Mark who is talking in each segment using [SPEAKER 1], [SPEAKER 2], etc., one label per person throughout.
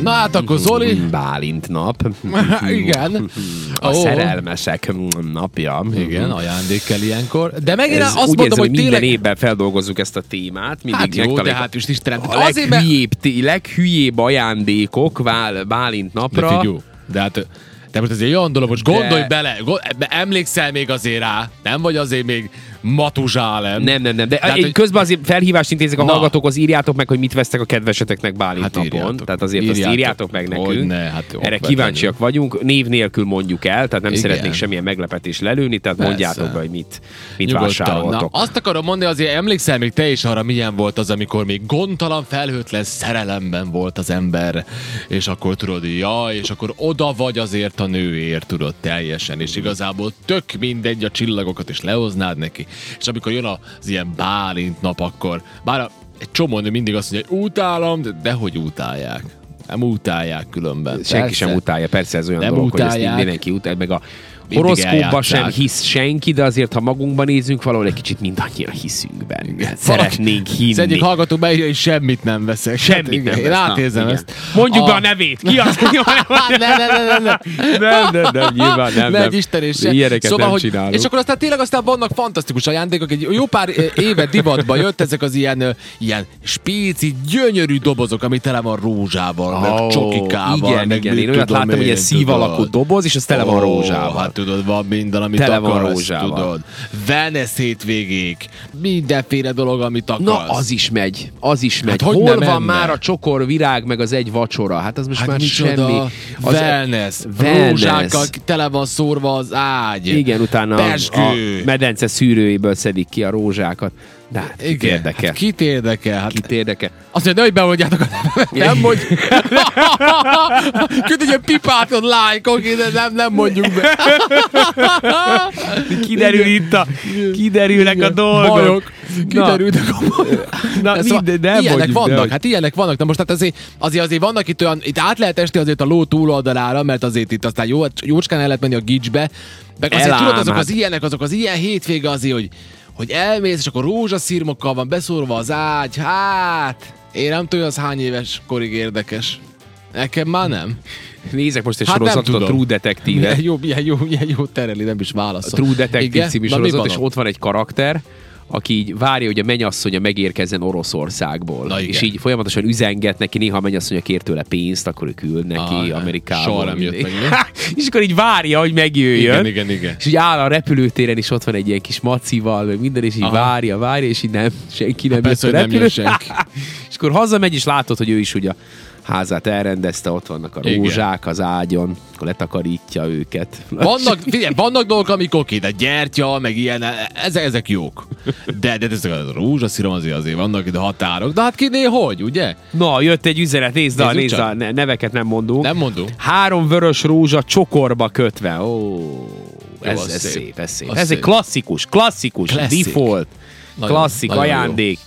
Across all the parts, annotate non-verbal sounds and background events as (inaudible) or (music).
[SPEAKER 1] Na hát akkor Zoli,
[SPEAKER 2] (laughs)
[SPEAKER 1] (laughs)
[SPEAKER 2] Bálint nap.
[SPEAKER 1] igen,
[SPEAKER 2] A
[SPEAKER 1] Ó,
[SPEAKER 2] szerelmesek napja.
[SPEAKER 1] Igen, ajándékkel ilyenkor. De megint
[SPEAKER 2] Ez,
[SPEAKER 1] azt
[SPEAKER 2] úgy
[SPEAKER 1] mondom,
[SPEAKER 2] érzem,
[SPEAKER 1] hogy
[SPEAKER 2] hogy minden
[SPEAKER 1] tényleg...
[SPEAKER 2] évben feldolgozzuk ezt a témát. Mindig
[SPEAKER 1] Hát jó, de
[SPEAKER 2] megtaláljuk
[SPEAKER 1] hát is Istenem.
[SPEAKER 2] a
[SPEAKER 1] Azért, mert...
[SPEAKER 2] leghülyébb, té- leghülyébb ajándékok Vál, Bálint
[SPEAKER 1] De
[SPEAKER 2] napra.
[SPEAKER 1] figyú, de hát... De most azért olyan dolog, most gondolj
[SPEAKER 2] De-
[SPEAKER 1] bele, gond, emlékszel még azért rá, nem vagy azért még matuzsálem.
[SPEAKER 2] Nem, nem, nem. De
[SPEAKER 1] Tehát,
[SPEAKER 2] én
[SPEAKER 1] hogy-
[SPEAKER 2] közben azért felhívást intézek a
[SPEAKER 1] Na.
[SPEAKER 2] hallgatókhoz, írjátok meg, hogy mit vesztek a kedveseteknek Bálint
[SPEAKER 1] Hát
[SPEAKER 2] napon.
[SPEAKER 1] írjátok.
[SPEAKER 2] Tehát azért
[SPEAKER 1] Írjátok.
[SPEAKER 2] azt írjátok meg nekünk.
[SPEAKER 1] Hogyne, hát jó,
[SPEAKER 2] Erre
[SPEAKER 1] okvetlenül.
[SPEAKER 2] kíváncsiak vagyunk. Név nélkül mondjuk el, tehát nem
[SPEAKER 1] Igen.
[SPEAKER 2] szeretnék semmilyen meglepetést lelőni, tehát
[SPEAKER 1] Persze.
[SPEAKER 2] mondjátok be, hogy mit, mit
[SPEAKER 1] Nyugodtan. Na,
[SPEAKER 2] vásároltok.
[SPEAKER 1] azt akarom mondani, azért emlékszel még te is arra, milyen volt az, amikor még gondtalan, felhőtlen szerelemben volt az ember, és akkor tudod, ja, és akkor oda vagy azért a nőért, tudod, teljesen, és igazából tök mindegy a csillagokat, és lehoznád neki. És amikor jön az ilyen Bálint nap, akkor bár a, egy csomó nő mindig azt mondja, hogy utálom, de dehogy utálják. Nem utálják különben.
[SPEAKER 2] Senki
[SPEAKER 1] Persze.
[SPEAKER 2] sem utálja, persze ez olyan
[SPEAKER 1] Nem
[SPEAKER 2] dolog, hogy ezt
[SPEAKER 1] utálják.
[SPEAKER 2] így mindenki utál, meg a
[SPEAKER 1] Mindig
[SPEAKER 2] horoszkóba
[SPEAKER 1] eljátszák.
[SPEAKER 2] sem hisz senki, de azért, ha magunkban nézünk, valahol egy kicsit mindannyira hiszünk benne. Szeretnénk
[SPEAKER 1] Az egyik
[SPEAKER 2] hinni.
[SPEAKER 1] hallgató beírja, hogy semmit nem veszek. Hát,
[SPEAKER 2] Semmit
[SPEAKER 1] igen,
[SPEAKER 2] nem
[SPEAKER 1] Én
[SPEAKER 2] lesz.
[SPEAKER 1] átérzem
[SPEAKER 2] Na,
[SPEAKER 1] ezt.
[SPEAKER 2] igen. Mondjuk be a nevét. Ki az? (laughs)
[SPEAKER 1] Hát ne, ne, ne, ne, ne.
[SPEAKER 2] nem, nem, nem, nyilván (laughs) nem.
[SPEAKER 1] Megy
[SPEAKER 2] nem.
[SPEAKER 1] Isten és se.
[SPEAKER 2] Ilyeneket
[SPEAKER 1] szóval,
[SPEAKER 2] nem
[SPEAKER 1] hogy,
[SPEAKER 2] csinálunk.
[SPEAKER 1] És akkor aztán tényleg aztán vannak fantasztikus ajándékok. Egy jó pár eh, éve divatba jött ezek az ilyen, eh, ilyen spéci, gyönyörű dobozok, ami tele van rózsával, meg
[SPEAKER 2] Ó,
[SPEAKER 1] csokikával.
[SPEAKER 2] Igen,
[SPEAKER 1] meg
[SPEAKER 2] igen.
[SPEAKER 1] mit
[SPEAKER 2] Én olyat
[SPEAKER 1] tudom
[SPEAKER 2] láttam, hogy
[SPEAKER 1] én,
[SPEAKER 2] ilyen szív alakú
[SPEAKER 1] tudod.
[SPEAKER 2] doboz, és az tele
[SPEAKER 1] Ó,
[SPEAKER 2] van rózsával.
[SPEAKER 1] Hát tudod, van minden, amit
[SPEAKER 2] Tele van
[SPEAKER 1] akarsz,
[SPEAKER 2] rózsával.
[SPEAKER 1] tudod. Venice hétvégék, mindenféle dolog, amit akarsz.
[SPEAKER 2] Na, az is megy, az is megy.
[SPEAKER 1] hogy
[SPEAKER 2] Hol
[SPEAKER 1] ne
[SPEAKER 2] van
[SPEAKER 1] menne?
[SPEAKER 2] már a csokor virág, meg az egy vacsora? Hát az most
[SPEAKER 1] Hát
[SPEAKER 2] már
[SPEAKER 1] micsoda,
[SPEAKER 2] semmi.
[SPEAKER 1] az
[SPEAKER 2] Az
[SPEAKER 1] wellness,
[SPEAKER 2] wellness.
[SPEAKER 1] rózsákkal tele van szórva az ágy.
[SPEAKER 2] Igen, utána a, a
[SPEAKER 1] Pesgő.
[SPEAKER 2] medence szűrőjéből szedik ki a rózsákat. De hát kit
[SPEAKER 1] Igen,
[SPEAKER 2] érdekel?
[SPEAKER 1] Hát kit érdekel? Hát
[SPEAKER 2] Kit érdekel?
[SPEAKER 1] Azt mondja, ne, hogy bevonjátok a nevemet, nem mondj. Küld egy ilyen pipát, ott lájkok, de nem, nem mondjuk be.
[SPEAKER 2] Kiderül itt a, kiderülnek a
[SPEAKER 1] Bajok, kiderültek a bajok.
[SPEAKER 2] Na,
[SPEAKER 1] De szóval
[SPEAKER 2] mindegy, de
[SPEAKER 1] ilyenek
[SPEAKER 2] mondjuk, de
[SPEAKER 1] vannak,
[SPEAKER 2] hogy-
[SPEAKER 1] hát ilyenek vannak. Na most hát azért, azért, azért vannak itt olyan, itt át lehet esni azért a ló túloldalára, mert azért itt aztán jó, jócskán el lehet menni a gicsbe. Meg azért
[SPEAKER 2] Elám,
[SPEAKER 1] tudod, azok
[SPEAKER 2] hát.
[SPEAKER 1] az ilyenek, azok az ilyen hétvége azért, hogy, hogy elmész, és akkor rózsaszírmokkal van beszórva az ágy. Hát, én nem tudom, hogy az hány éves korig érdekes. Nekem már nem.
[SPEAKER 2] Nézek most egy
[SPEAKER 1] Hát nem
[SPEAKER 2] sorozatot, a
[SPEAKER 1] tudom.
[SPEAKER 2] True Detective.
[SPEAKER 1] Milyen jó, milyen jó, milyen jó tereli, nem is válaszol.
[SPEAKER 2] True Detective
[SPEAKER 1] Igen?
[SPEAKER 2] című
[SPEAKER 1] Na, mi
[SPEAKER 2] sorozat,
[SPEAKER 1] van
[SPEAKER 2] és
[SPEAKER 1] ott?
[SPEAKER 2] ott van egy karakter, aki így várja, hogy a mennyasszonya megérkezzen Oroszországból.
[SPEAKER 1] Na igen.
[SPEAKER 2] és így folyamatosan üzenget neki, néha a mennyasszonya kér tőle pénzt, akkor ő küld neki
[SPEAKER 1] Ah,
[SPEAKER 2] Amerikából.
[SPEAKER 1] soha nem jött meg, mi?
[SPEAKER 2] (laughs) és akkor így várja, hogy megjöjjön.
[SPEAKER 1] Igen, igen, igen.
[SPEAKER 2] És így áll a repülőtéren, és ott van egy ilyen kis macival, meg minden, és így
[SPEAKER 1] Aha. Hát
[SPEAKER 2] várja, várja, és így nem, senki nem
[SPEAKER 1] persze,
[SPEAKER 2] jött a
[SPEAKER 1] hogy nem jön
[SPEAKER 2] repülőre.
[SPEAKER 1] senki.
[SPEAKER 2] (laughs) és akkor hazamegy, és látod, hogy ő is ugye a házát elrendezte, ott vannak a
[SPEAKER 1] Igen.
[SPEAKER 2] rózsák az ágyon, akkor letakarítja őket.
[SPEAKER 1] Vannak, figyelj, vannak dolgok, amik oké, de gyertya, meg ilyen, ezek, ezek jók. De, de ezek a rózsaszírom azért, azért vannak ide határok. De hát kiné hogy, ugye?
[SPEAKER 2] Na, jött egy üzenet, nézd a,
[SPEAKER 1] Nézzük
[SPEAKER 2] nézd
[SPEAKER 1] csak.
[SPEAKER 2] a ne- neveket nem mondunk.
[SPEAKER 1] Nem mondunk.
[SPEAKER 2] Három vörös rózsa csokorba kötve. Ó, ez,
[SPEAKER 1] az
[SPEAKER 2] ez
[SPEAKER 1] szép.
[SPEAKER 2] szép. ez szép.
[SPEAKER 1] Az
[SPEAKER 2] ez
[SPEAKER 1] szép.
[SPEAKER 2] egy klasszikus, klasszikus,
[SPEAKER 1] Klasszik.
[SPEAKER 2] Klasszik. default,
[SPEAKER 1] Nagyon-
[SPEAKER 2] klasszik
[SPEAKER 1] nagyon jó.
[SPEAKER 2] ajándék.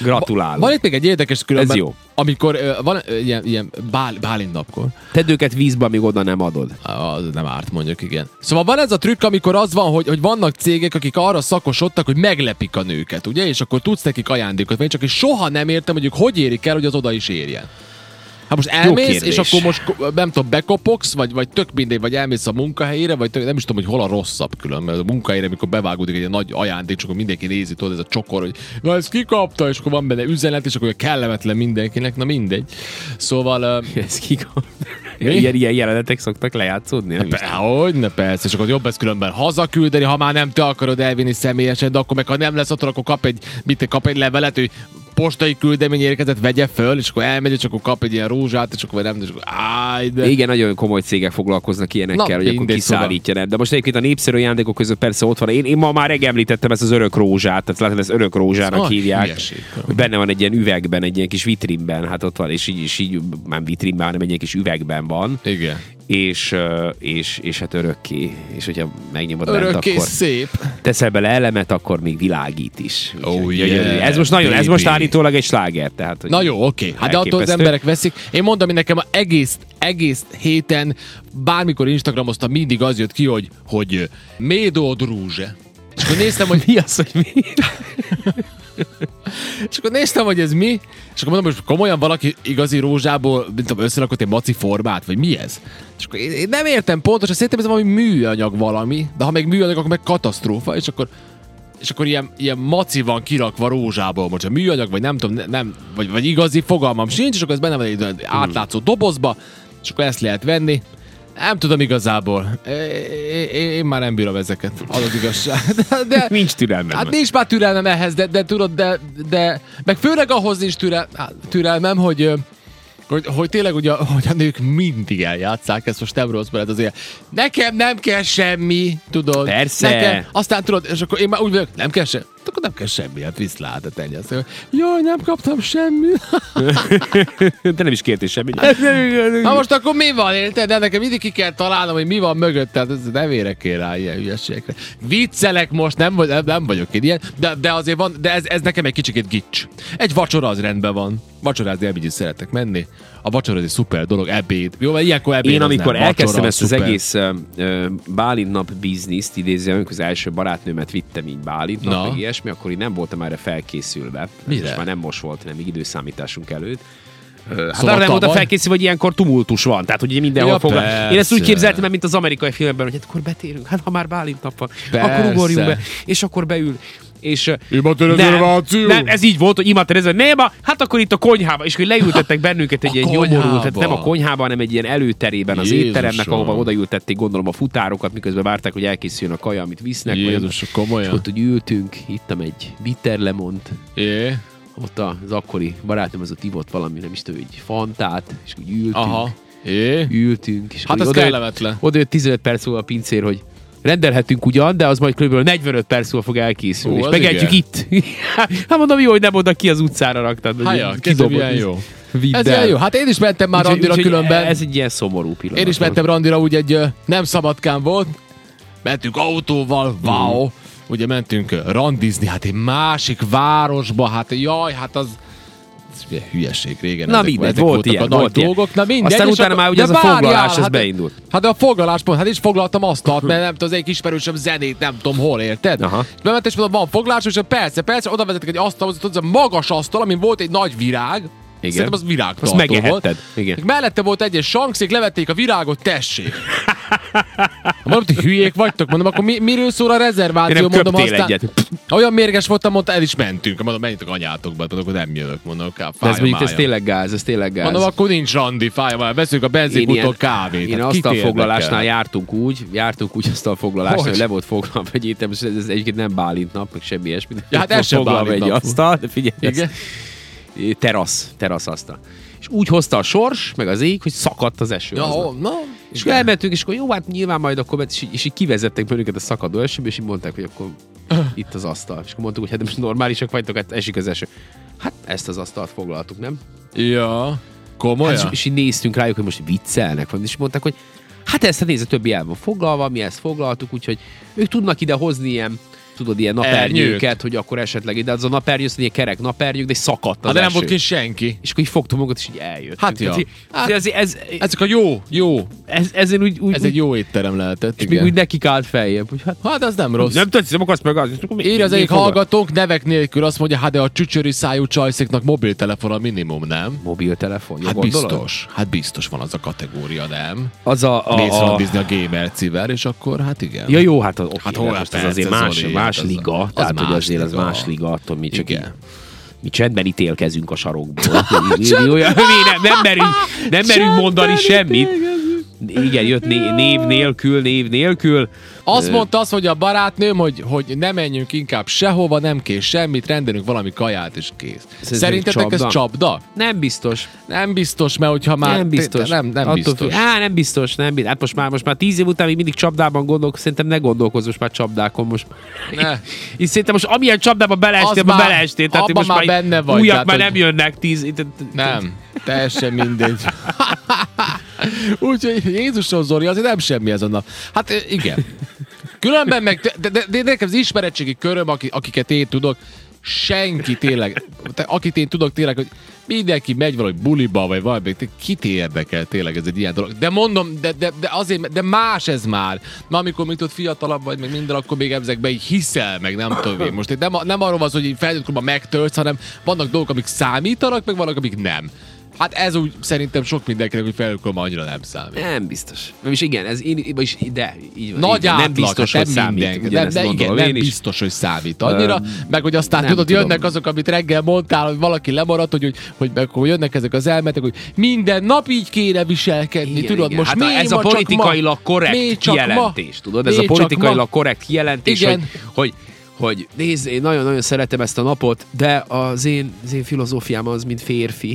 [SPEAKER 2] Gratulálok.
[SPEAKER 1] Van itt még egy érdekes különben.
[SPEAKER 2] jó.
[SPEAKER 1] Amikor ö, van ö, ilyen, ilyen bál, bálint napkor.
[SPEAKER 2] Tedd őket vízbe, amíg oda nem adod.
[SPEAKER 1] Az nem árt, mondjuk, igen. Szóval van ez a trükk, amikor az van, hogy, hogy vannak cégek, akik arra szakosodtak, hogy meglepik a nőket, ugye? És akkor tudsz nekik ajándékot, mert csak is soha nem értem, hogy ők hogy érik el, hogy az oda is érjen. Hát most elmész,
[SPEAKER 2] kérdés.
[SPEAKER 1] és akkor most ko- nem tudom, bekopogsz, vagy, vagy tök mindegy, vagy elmész a munkahelyére, vagy tök, nem is tudom, hogy hol a rosszabb külön, mert a munkahelyére, amikor bevágódik egy ilyen nagy ajándék, csak akkor mindenki nézi, tudod, ez a csokor, hogy na ezt kikapta, és akkor van benne üzenet, és akkor kellemetlen mindenkinek, na mindegy. Szóval... ö,
[SPEAKER 2] Ez kik? (laughs) Ilyen, ilyen jelenetek szoktak lejátszódni? Nem is.
[SPEAKER 1] Pe- Hogyne, persze, és akkor jobb ezt különben hazaküldeni, ha már nem te akarod elvinni személyesen, de akkor meg ha nem lesz otthon, akkor kap egy, mit, kap egy levelet, hogy postai küldemény érkezett, vegye föl, és akkor elmegy, és akkor kap egy ilyen rózsát, és akkor nem, és akkor állj, de...
[SPEAKER 2] Igen, nagyon komoly cégek foglalkoznak ilyenekkel,
[SPEAKER 1] Na,
[SPEAKER 2] hogy akkor
[SPEAKER 1] mindegy, szóval.
[SPEAKER 2] kiszállítja. nem. De most egyébként a népszerű ajándékok között persze ott van. Én, én ma már említettem ezt az örök rózsát, tehát látod, ezt örök rózsának
[SPEAKER 1] Ez nagy
[SPEAKER 2] hívják.
[SPEAKER 1] hülyeség.
[SPEAKER 2] Hogy benne van egy ilyen üvegben, egy ilyen kis vitrinben, hát ott van, és így, és így nem vitrinben, hanem egy ilyen kis üvegben van.
[SPEAKER 1] Igen.
[SPEAKER 2] És, ö, és, és hát örökké. És hogyha megnyomod lent,
[SPEAKER 1] Örökké
[SPEAKER 2] akkor
[SPEAKER 1] szép.
[SPEAKER 2] teszel bele elemet, akkor még világít is.
[SPEAKER 1] Oh,
[SPEAKER 2] Úgyhogy
[SPEAKER 1] yeah,
[SPEAKER 2] gyönyörű. ez most nagyon, ez
[SPEAKER 1] baby.
[SPEAKER 2] most állítólag egy sláger. Tehát, hogy
[SPEAKER 1] Na jó, oké. Hát de attól az
[SPEAKER 2] elképesztő.
[SPEAKER 1] emberek veszik. Én mondom, hogy nekem a egész, egész héten, bármikor Instagramoztam, mindig az jött ki, hogy,
[SPEAKER 2] (laughs)
[SPEAKER 1] hogy médód rúzse. És akkor néztem, hogy
[SPEAKER 2] Mi az, hogy mi?
[SPEAKER 1] (laughs) És akkor néztem, hogy ez mi, és akkor mondom, most komolyan valaki igazi rózsából, mint tudom, összerakott egy maci formát, vagy mi ez? És akkor én, én nem értem pontosan, szerintem ez valami műanyag valami, de ha meg műanyag, akkor meg katasztrófa, és akkor és akkor ilyen, ilyen maci van kirakva rózsából, most a műanyag, vagy nem tudom, ne- nem, vagy, vagy igazi fogalmam sincs, és akkor ez benne van egy olyan átlátszó dobozba, és akkor ezt lehet venni. Nem tudom igazából. É, é, én már nem bírom ezeket, az az igazság. (laughs) De, de,
[SPEAKER 2] Nincs türelmem.
[SPEAKER 1] Hát nincs már türelmem ehhez, de, de tudod, de, de meg főleg ahhoz nincs türel, hát, türelmem, hogy, ö, hogy, hogy tényleg ugye, hogy a nők mindig eljátszák, ezt most nem rossz veled azért. Nekem nem kell semmi, tudod.
[SPEAKER 2] Persze.
[SPEAKER 1] Nekem, aztán tudod, és akkor én már úgy vagyok, nem kell semmi. Akkor nem kell semmi, hát viszlát, hát ennyi. Azt mondja, Jaj, nem kaptam semmi.
[SPEAKER 2] De nem is kértél semmit.
[SPEAKER 1] Hát Na most akkor mi van, érted? De nekem mindig ki kell találnom, hogy mi van mögött, tehát ez nem érek én rá ilyen hülyeségekre. Viccelek most, nem, vagy, nem, nem vagyok én ilyen, de, de azért van, de ez, ez nekem egy kicsikét gics. Egy vacsora az rendben van. Vacsorázni ebéd is szeretek menni. A vacsora az egy szuper dolog, ebéd. Jó, mert ilyenkor ebéd
[SPEAKER 2] Én
[SPEAKER 1] az
[SPEAKER 2] amikor
[SPEAKER 1] nem.
[SPEAKER 2] elkezdtem
[SPEAKER 1] Vacsora
[SPEAKER 2] ezt az
[SPEAKER 1] szuper.
[SPEAKER 2] egész ö, ö, Bálint nap bizniszt, idézem, amikor az első barátnőmet vittem így Bálint nap,
[SPEAKER 1] Na.
[SPEAKER 2] meg ilyesmi, akkor így nem voltam erre felkészülve.
[SPEAKER 1] Mire?
[SPEAKER 2] Most már nem most volt, hanem így időszámításunk előtt. Ö, Hát
[SPEAKER 1] Szóval
[SPEAKER 2] szóval arra nem voltam
[SPEAKER 1] tavaly?
[SPEAKER 2] felkészülve, hogy ilyenkor tumultus van. Tehát, hogy ugye mindenhol
[SPEAKER 1] Ja,
[SPEAKER 2] ja, foglal. Én ezt
[SPEAKER 1] persze.
[SPEAKER 2] úgy képzeltem, el, mint az amerikai filmben, hogy hát akkor betérünk, hát ha már Bálint nap van,
[SPEAKER 1] Persze.
[SPEAKER 2] akkor ugorjunk be, és akkor beül. És, ö,
[SPEAKER 1] Ima Tereza
[SPEAKER 2] nem,
[SPEAKER 1] Váció?
[SPEAKER 2] nem, ez így volt, hogy Ima Tereza, nem, hát akkor itt a konyhába, és hogy leültettek bennünket egy
[SPEAKER 1] A
[SPEAKER 2] ilyen nyomorult, tehát nem a
[SPEAKER 1] konyhába.
[SPEAKER 2] konyhában, hanem egy ilyen előterében az
[SPEAKER 1] Jézusom.
[SPEAKER 2] étteremnek, ahova odaültették gondolom a futárokat, miközben várták, hogy elkészüljön a kaja, amit visznek. vagy az-
[SPEAKER 1] Jézus,
[SPEAKER 2] És
[SPEAKER 1] komolyan.
[SPEAKER 2] ott, hogy ültünk, hittem egy bitterlemont,
[SPEAKER 1] É,
[SPEAKER 2] ott az akkori barátom az ott ivott valami, nem is tudom, egy fantát, és úgy ültünk,
[SPEAKER 1] aha, é.
[SPEAKER 2] ültünk. És
[SPEAKER 1] Hát
[SPEAKER 2] akkor
[SPEAKER 1] az
[SPEAKER 2] odajött-
[SPEAKER 1] kellemetlen.
[SPEAKER 2] Oda jött 15 perc múlva a pincér, hogy rendelhetünk ugyan, de az majd kb. 45 perc múlva fog elkészülni,
[SPEAKER 1] Ó,
[SPEAKER 2] és
[SPEAKER 1] az
[SPEAKER 2] megetjük
[SPEAKER 1] igen.
[SPEAKER 2] itt. (laughs) hát mondom, jó, hogy nem oda ki az utcára raktad. hogy
[SPEAKER 1] Haja,
[SPEAKER 2] kidobod,
[SPEAKER 1] kezdem ilyen
[SPEAKER 2] visz-
[SPEAKER 1] jó.
[SPEAKER 2] vidd
[SPEAKER 1] Ez
[SPEAKER 2] el.
[SPEAKER 1] ilyen jó. Hát én is mentem már
[SPEAKER 2] Úgyhogy-
[SPEAKER 1] randira
[SPEAKER 2] úgyhogy
[SPEAKER 1] különben.
[SPEAKER 2] Ez egy ilyen szomorú pillanat.
[SPEAKER 1] Én is
[SPEAKER 2] volt.
[SPEAKER 1] mentem randira, úgy egy ö, nem szabadkán volt, mentünk autóval, wow,
[SPEAKER 2] Mm.
[SPEAKER 1] ugye mentünk ö, randizni, hát egy másik városba, hát jaj, hát az ez ugye hülyeség régen.
[SPEAKER 2] Na
[SPEAKER 1] ezek-
[SPEAKER 2] mindegy,
[SPEAKER 1] ezek
[SPEAKER 2] volt
[SPEAKER 1] voltak
[SPEAKER 2] ilyen,
[SPEAKER 1] a nagy
[SPEAKER 2] volt ilyen.
[SPEAKER 1] dolgok. Na mindegy,
[SPEAKER 2] Aztán
[SPEAKER 1] és
[SPEAKER 2] utána
[SPEAKER 1] akkor-
[SPEAKER 2] már ugye
[SPEAKER 1] de
[SPEAKER 2] ez a foglalás,
[SPEAKER 1] várjál,
[SPEAKER 2] ez
[SPEAKER 1] hát-
[SPEAKER 2] beindult.
[SPEAKER 1] Hát a foglaláspont, hát is foglaltam asztalt, mert nem tudom, az egyik ismerősöm zenét, nem tudom hol, érted?
[SPEAKER 2] Aha.
[SPEAKER 1] És bement, és mondom, van foglalás, és persze, persze, oda vezetek egy asztalhoz, tudod, ez a magas asztal, amin volt egy nagy virág,
[SPEAKER 2] Igen.
[SPEAKER 1] Szerintem az virág
[SPEAKER 2] Azt megehetted. Igen.
[SPEAKER 1] Mellette volt egy-egy sankszék, levették a virágot,
[SPEAKER 2] (laughs)
[SPEAKER 1] tessék. Mondom, hogy hülyék vagytok, mondom, akkor mi, miről szól a rezerváció?
[SPEAKER 2] Én nem
[SPEAKER 1] mondom,
[SPEAKER 2] köptél egyet.
[SPEAKER 1] Olyan mérges voltam, mondta, el is mentünk. Mondom, menjünk anyátokba, mondom, akkor nem jövök, mondom, ká,
[SPEAKER 2] De
[SPEAKER 1] fáj
[SPEAKER 2] ez
[SPEAKER 1] a
[SPEAKER 2] mondjuk, ez
[SPEAKER 1] májam.
[SPEAKER 2] tényleg gáz, ez tényleg gáz.
[SPEAKER 1] Mondom, akkor nincs randi, fáj a májam. Veszünk a benzinkúton kávét.
[SPEAKER 2] Én
[SPEAKER 1] hát
[SPEAKER 2] azt
[SPEAKER 1] kit
[SPEAKER 2] a
[SPEAKER 1] érdekel?
[SPEAKER 2] foglalásnál jártunk úgy, jártunk úgy azt a foglalásnál,
[SPEAKER 1] Hogy?
[SPEAKER 2] hogy, le volt foglalva egy étem, és ez, ez egyébként nem Bálint nap, meg semmi ilyesmi. de
[SPEAKER 1] Ja, hát
[SPEAKER 2] le
[SPEAKER 1] ez sem
[SPEAKER 2] volt foglalva
[SPEAKER 1] Bálint nap.
[SPEAKER 2] egy asztal, de figyelj, ez-
[SPEAKER 1] Igen?
[SPEAKER 2] é, terasz, teraszasztal. És úgy hozta a sors, meg az ég, hogy szakadt az eső.
[SPEAKER 1] Ja,
[SPEAKER 2] aznap.
[SPEAKER 1] ó, na,
[SPEAKER 2] És akkor
[SPEAKER 1] igen.
[SPEAKER 2] elmentünk, és akkor jó, hát nyilván majd akkor, ment, és így, és így kivezettek bennünket a szakadó esőbe, és így mondták, hogy akkor itt az asztal. És akkor mondtuk, hogy hát most normálisak vagytok, hát esik az eső. Hát ezt az asztalt foglaltuk, nem?
[SPEAKER 1] Ja, komolyan.
[SPEAKER 2] Hát, és, és így néztünk rájuk, hogy most viccelnek, vagy és mondták, hogy hát ezt a nézze, többi el van foglalva, mi ezt foglaltuk, úgyhogy ők tudnak ide hozni ilyen tudod, ilyen napernyőket,
[SPEAKER 1] Ernyőt.
[SPEAKER 2] hogy akkor esetleg ide, az a napernyő, az ilyen kerek napernyők, de szakadt az
[SPEAKER 1] Hát de nem
[SPEAKER 2] eső.
[SPEAKER 1] volt ki senki.
[SPEAKER 2] És akkor így fogtuk magunkat, és így eljött.
[SPEAKER 1] Hát ja. Hát-
[SPEAKER 2] Hát, ez, ez, ez,
[SPEAKER 1] Ezek a jó, jó.
[SPEAKER 2] ez, ezen úgy, úgy,
[SPEAKER 1] Ez egy jó étterem lehetett.
[SPEAKER 2] még
[SPEAKER 1] Igen.
[SPEAKER 2] úgy nekik állt feljebb, hogy hát
[SPEAKER 1] Hát az nem rossz.
[SPEAKER 2] tetszik, nem akarsz megállni.
[SPEAKER 1] Írja az egyik hallgatónk nevek nélkül azt mondja, hát de a csücsöri szájú csajszéknak mobiltelefon a minimum, nem?
[SPEAKER 2] Mobiltelefon, jó
[SPEAKER 1] Hát
[SPEAKER 2] gondolod?
[SPEAKER 1] biztos, hát biztos van az a kategória, nem?
[SPEAKER 2] Az a...
[SPEAKER 1] A... Mész
[SPEAKER 2] a, a
[SPEAKER 1] randizni a gamer civel, és akkor hát igen.
[SPEAKER 2] ja jó, hát, az, okay,
[SPEAKER 1] Hát
[SPEAKER 2] hát
[SPEAKER 1] hol
[SPEAKER 2] most
[SPEAKER 1] persze,
[SPEAKER 2] ez azért más,
[SPEAKER 1] Zoli,
[SPEAKER 2] más
[SPEAKER 1] hát az-
[SPEAKER 2] liga.
[SPEAKER 1] az
[SPEAKER 2] tehát, hogy
[SPEAKER 1] más
[SPEAKER 2] azért az
[SPEAKER 1] liga.
[SPEAKER 2] más liga, attól mi csak
[SPEAKER 1] Igen.
[SPEAKER 2] így, mi csendben ítélkezünk a sarokból. mi, mi, mi, olyan, mi nem, nem merünk, nem merünk mondani semmit. Igen, jött né, név nélkül, név nélkül.
[SPEAKER 1] Azt mondta azt, hogy a barátnőm, hogy, hogy ne menjünk inkább sehova, nem kész semmit, rendelünk valami kaját, és kész.
[SPEAKER 2] Ez
[SPEAKER 1] Szerintetek
[SPEAKER 2] még
[SPEAKER 1] ez
[SPEAKER 2] csapda?
[SPEAKER 1] csapda?
[SPEAKER 2] Nem biztos.
[SPEAKER 1] Nem biztos, mert hogyha már...
[SPEAKER 2] nem biztos.
[SPEAKER 1] Nem, nem
[SPEAKER 2] Attól
[SPEAKER 1] biztos.
[SPEAKER 2] függ. Á, nem biztos, nem biztos. Hát most már, most már tíz év után még mindig csapdában gondolkozom, szerintem ne gondolkozz most már csapdákon most.
[SPEAKER 1] Ne.
[SPEAKER 2] És szerintem most amilyen csapdába beleestél,
[SPEAKER 1] Az
[SPEAKER 2] abba
[SPEAKER 1] már-
[SPEAKER 2] beleestél. Tehát
[SPEAKER 1] abban
[SPEAKER 2] most
[SPEAKER 1] már benne vagy,
[SPEAKER 2] Újak
[SPEAKER 1] tehát,
[SPEAKER 2] már
[SPEAKER 1] hogy-
[SPEAKER 2] nem jönnek tíz. itt-
[SPEAKER 1] Nem, teljesen mindegy. (laughs) Úgyhogy Jézusom Zoli, azért nem semmi ez a nap. Hát ö, igen. Különben meg, de, de, de nekem az ismeretségi köröm, aki, akiket én tudok, senki tényleg, te, akit én tudok tényleg, hogy mindenki megy valahogy buliba, vagy valami, te- kit érdekel tényleg ez egy ilyen dolog. De mondom, de, de, de azért, de más ez már. Na, amikor még tudod, fiatalabb vagy, meg minden, akkor még ezekben így hiszel, meg nem tudom én. Most itt nem, nem arról van szó, hogy így felnőtt korban megtöltsz, hanem vannak dolgok, amik számítanak, meg vannak, amik nem. Hát ez úgy szerintem sok mindenkinek, hogy felnőtt korban annyira nem számít.
[SPEAKER 2] Nem biztos. Nem is igen, ez én, vagyis de, így van. így
[SPEAKER 1] Nagy
[SPEAKER 2] van.
[SPEAKER 1] átlag,
[SPEAKER 2] nem biztos,
[SPEAKER 1] hát
[SPEAKER 2] hogy számít.
[SPEAKER 1] mindenki. Nem,
[SPEAKER 2] ugyanezt
[SPEAKER 1] de igen,
[SPEAKER 2] gondolom
[SPEAKER 1] nem
[SPEAKER 2] én is.
[SPEAKER 1] biztos, hogy számít annyira, meg hogy aztán
[SPEAKER 2] nem
[SPEAKER 1] tudod,
[SPEAKER 2] tudom.
[SPEAKER 1] jönnek azok, amit reggel mondtál, hogy valaki lemaradt, hogy, hogy, hogy meg akkor jönnek ezek az elmetek, hogy minden nap így kéne viselkedni,
[SPEAKER 2] Igen,
[SPEAKER 1] tudod,
[SPEAKER 2] igen.
[SPEAKER 1] most
[SPEAKER 2] hát
[SPEAKER 1] mi
[SPEAKER 2] ez
[SPEAKER 1] ma csak
[SPEAKER 2] a
[SPEAKER 1] ma?
[SPEAKER 2] politikailag
[SPEAKER 1] Mi
[SPEAKER 2] korrekt
[SPEAKER 1] csak ma?
[SPEAKER 2] jelentés, tudod? Ez
[SPEAKER 1] Mi
[SPEAKER 2] a
[SPEAKER 1] csak ma?
[SPEAKER 2] politikailag korrekt jelentés,
[SPEAKER 1] Igen.
[SPEAKER 2] hogy, hogy, hogy nézd, én nagyon-nagyon szeretem ezt a napot, de az én, az én filozófiám az, mint férfi.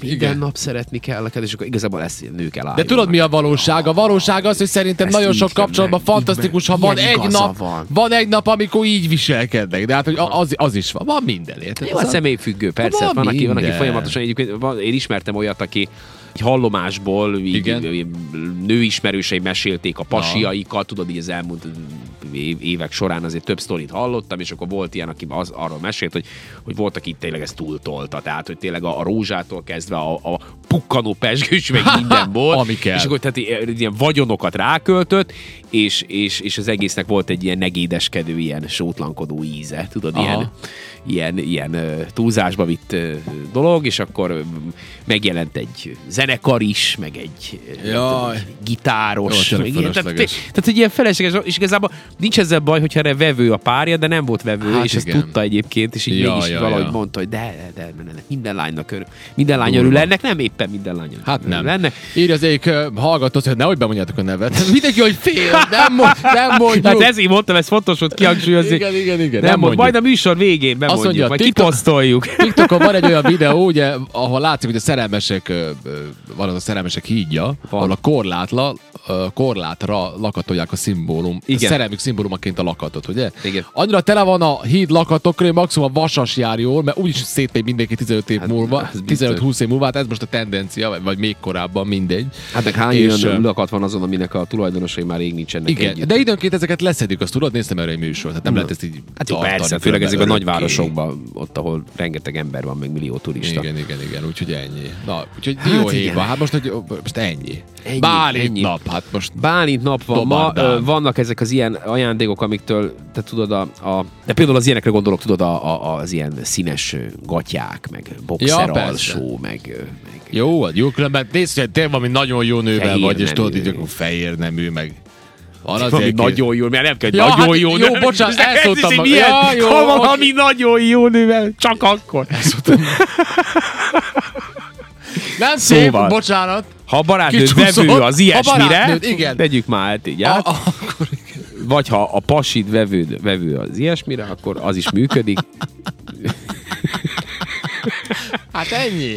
[SPEAKER 2] Minden
[SPEAKER 1] Igen.
[SPEAKER 2] nap szeretni kell, és akkor igazából ezt a nők elállítanak.
[SPEAKER 1] De tudod, mi a valóság? A valóság az, hogy szerintem
[SPEAKER 2] Ezt
[SPEAKER 1] nagyon
[SPEAKER 2] így
[SPEAKER 1] sok
[SPEAKER 2] kell
[SPEAKER 1] kapcsolatban
[SPEAKER 2] meg-
[SPEAKER 1] fantasztikus, ha
[SPEAKER 2] így
[SPEAKER 1] van
[SPEAKER 2] meg-
[SPEAKER 1] egy
[SPEAKER 2] ilyen igaza
[SPEAKER 1] nap, van.
[SPEAKER 2] van.
[SPEAKER 1] egy nap, amikor így viselkednek. De hát hogy a- az, az is van, van minden. érted?
[SPEAKER 2] Jó, a
[SPEAKER 1] Ez a-
[SPEAKER 2] személyfüggő, persze.
[SPEAKER 1] hát- Van
[SPEAKER 2] Van, aki, van, aki
[SPEAKER 1] minden.
[SPEAKER 2] folyamatosan, egyébként van, én ismertem olyat, aki egy hallomásból, így,
[SPEAKER 1] Igen.
[SPEAKER 2] így, nőismerősei mesélték a pasiaikat, tudod, így az elmúlt év- évek során azért több sztorit hallottam, és akkor volt ilyen, aki az, arról mesélt, hogy, hogy volt, aki tényleg ezt túltolta, tehát, hogy tényleg a, a rózsától kezdve a, a pukkanó
[SPEAKER 1] (laughs)
[SPEAKER 2] pesgős, meg minden volt.
[SPEAKER 1] Ami kell.
[SPEAKER 2] És akkor tehát i- ilyen vagyonokat ráköltött, és, és, és az egésznek volt egy ilyen negédeskedő, ilyen sótlankodó íze, tudod,
[SPEAKER 1] Aha.
[SPEAKER 2] ilyen, ilyen, ilyen ö, túlzásba vitt ö, dolog, és akkor ö, megjelent egy zenekar is, meg egy ö,
[SPEAKER 1] Jaj.
[SPEAKER 2] nem tudom, egy gitáros.
[SPEAKER 1] Jó, tényleg
[SPEAKER 2] meg ilyen, tehát,
[SPEAKER 1] fölösleges.
[SPEAKER 2] tehát egy ilyen felesleges, és igazából nincs ezzel baj, hogyha erre vevő a párja, de nem volt vevő,
[SPEAKER 1] Hát
[SPEAKER 2] és
[SPEAKER 1] igen.
[SPEAKER 2] ezt tudta egyébként, és így
[SPEAKER 1] Ja,
[SPEAKER 2] mégis
[SPEAKER 1] ja,
[SPEAKER 2] valahogy
[SPEAKER 1] ja.
[SPEAKER 2] mondta, hogy de, de, de, de minden lánynak örül. Minden lány
[SPEAKER 1] Durva.
[SPEAKER 2] örül ennek, nem éppen minden lány örül
[SPEAKER 1] Hát nem.
[SPEAKER 2] ennek.
[SPEAKER 1] Írja az egyik ö, hallgató, hogy nehogy bemondjátok a nevet. (laughs) Mindenki, hogy fél, nem, mond, nem mondjuk.
[SPEAKER 2] Hát ezért mondtam, ez fontos volt kihangsúlyozni.
[SPEAKER 1] Igen, igen, igen, nem
[SPEAKER 2] Nem, mond,
[SPEAKER 1] mondjuk.
[SPEAKER 2] majd a műsor végén bemondjuk,
[SPEAKER 1] mondja,
[SPEAKER 2] majd
[SPEAKER 1] TikTok-
[SPEAKER 2] kiposztoljuk.
[SPEAKER 1] TikTokon van egy olyan videó, ugye, ahol látszik, hogy a szerelmesek, ö, ö, van az a szerelmesek hídja, van. ahol a korlátla, ö, korlátra lakatolják a szimbólum, Igen. a
[SPEAKER 2] Igen.
[SPEAKER 1] szerelmük szimbólumaként a lakatot, ugye?
[SPEAKER 2] Igen.
[SPEAKER 1] Annyira tele van a híd lakatokkal, hogy maximum a vasas jár jól, mert úgyis szétmegy mindenki 15 év hát,
[SPEAKER 2] Hát,
[SPEAKER 1] múlva,
[SPEAKER 2] az biztos.
[SPEAKER 1] 15-20 év múlva, hát ez most a tendencia, vagy- vagy még korábban, mindegy.
[SPEAKER 2] (laughs) Hát meg hány
[SPEAKER 1] És,
[SPEAKER 2] és,
[SPEAKER 1] ö,
[SPEAKER 2] olyan lakat van azon, aminek a tulajdonosai már rég nincsenek
[SPEAKER 1] Igen,
[SPEAKER 2] együtt.
[SPEAKER 1] de időnként ezeket leszedik, azt tudod, néztem erre egy műsort, tehát nem lehet ezt így
[SPEAKER 2] Hát jó,
[SPEAKER 1] tartani
[SPEAKER 2] persze, főleg
[SPEAKER 1] fölben
[SPEAKER 2] ezek a
[SPEAKER 1] örökké.
[SPEAKER 2] nagyvárosokban, ott, ahol rengeteg ember van, meg millió turista.
[SPEAKER 1] Igen, igen, igen, úgyhogy ennyi. Na, úgyhogy dióhéjban,
[SPEAKER 2] igen.
[SPEAKER 1] hát most, hogy, most ennyi. ennyi
[SPEAKER 2] Ennyi,
[SPEAKER 1] Bálint
[SPEAKER 2] ennyi.
[SPEAKER 1] nap, hát most
[SPEAKER 2] Bálint nap van ma,
[SPEAKER 1] Dobardám.
[SPEAKER 2] ö, vannak ezek az ilyen ajándékok, amiktől te tudod a, a... De például az ilyenekre gondolok, tudod, a, a, az ilyen színes ö, gatyák, meg boxer
[SPEAKER 1] Ja,
[SPEAKER 2] ja,
[SPEAKER 1] persze.
[SPEAKER 2] alsó, meg, ö, meg...
[SPEAKER 1] jó, hát jó, különben nézd, hogy te valami nagyon jó nővel
[SPEAKER 2] Fehér
[SPEAKER 1] vagy, és
[SPEAKER 2] nemű.
[SPEAKER 1] tudod, így akkor fehér nemű, meg van az
[SPEAKER 2] Valami
[SPEAKER 1] egy-
[SPEAKER 2] nagyon jó, mert nem kell
[SPEAKER 1] Ja,
[SPEAKER 2] ja, nagyon
[SPEAKER 1] hát
[SPEAKER 2] jó
[SPEAKER 1] jó,
[SPEAKER 2] nő.
[SPEAKER 1] bocsánat,
[SPEAKER 2] Ez is
[SPEAKER 1] elszóltam
[SPEAKER 2] egy
[SPEAKER 1] magam.
[SPEAKER 2] ilyen,
[SPEAKER 1] Ja, jó,
[SPEAKER 2] ha valami nagyon jó nővel, csak akkor.
[SPEAKER 1] Nem szép,
[SPEAKER 2] Szóval.
[SPEAKER 1] bocsánat.
[SPEAKER 2] Ha a barátnőd
[SPEAKER 1] Kicsúszott,
[SPEAKER 2] vevő az
[SPEAKER 1] ha
[SPEAKER 2] ilyesmire,
[SPEAKER 1] barátnőd, igen.
[SPEAKER 2] tegyük már át, így
[SPEAKER 1] A,
[SPEAKER 2] át.
[SPEAKER 1] a,
[SPEAKER 2] Vagy ha a pasid vevő, vevő az ilyesmire, akkor az is működik.
[SPEAKER 1] hát ennyi.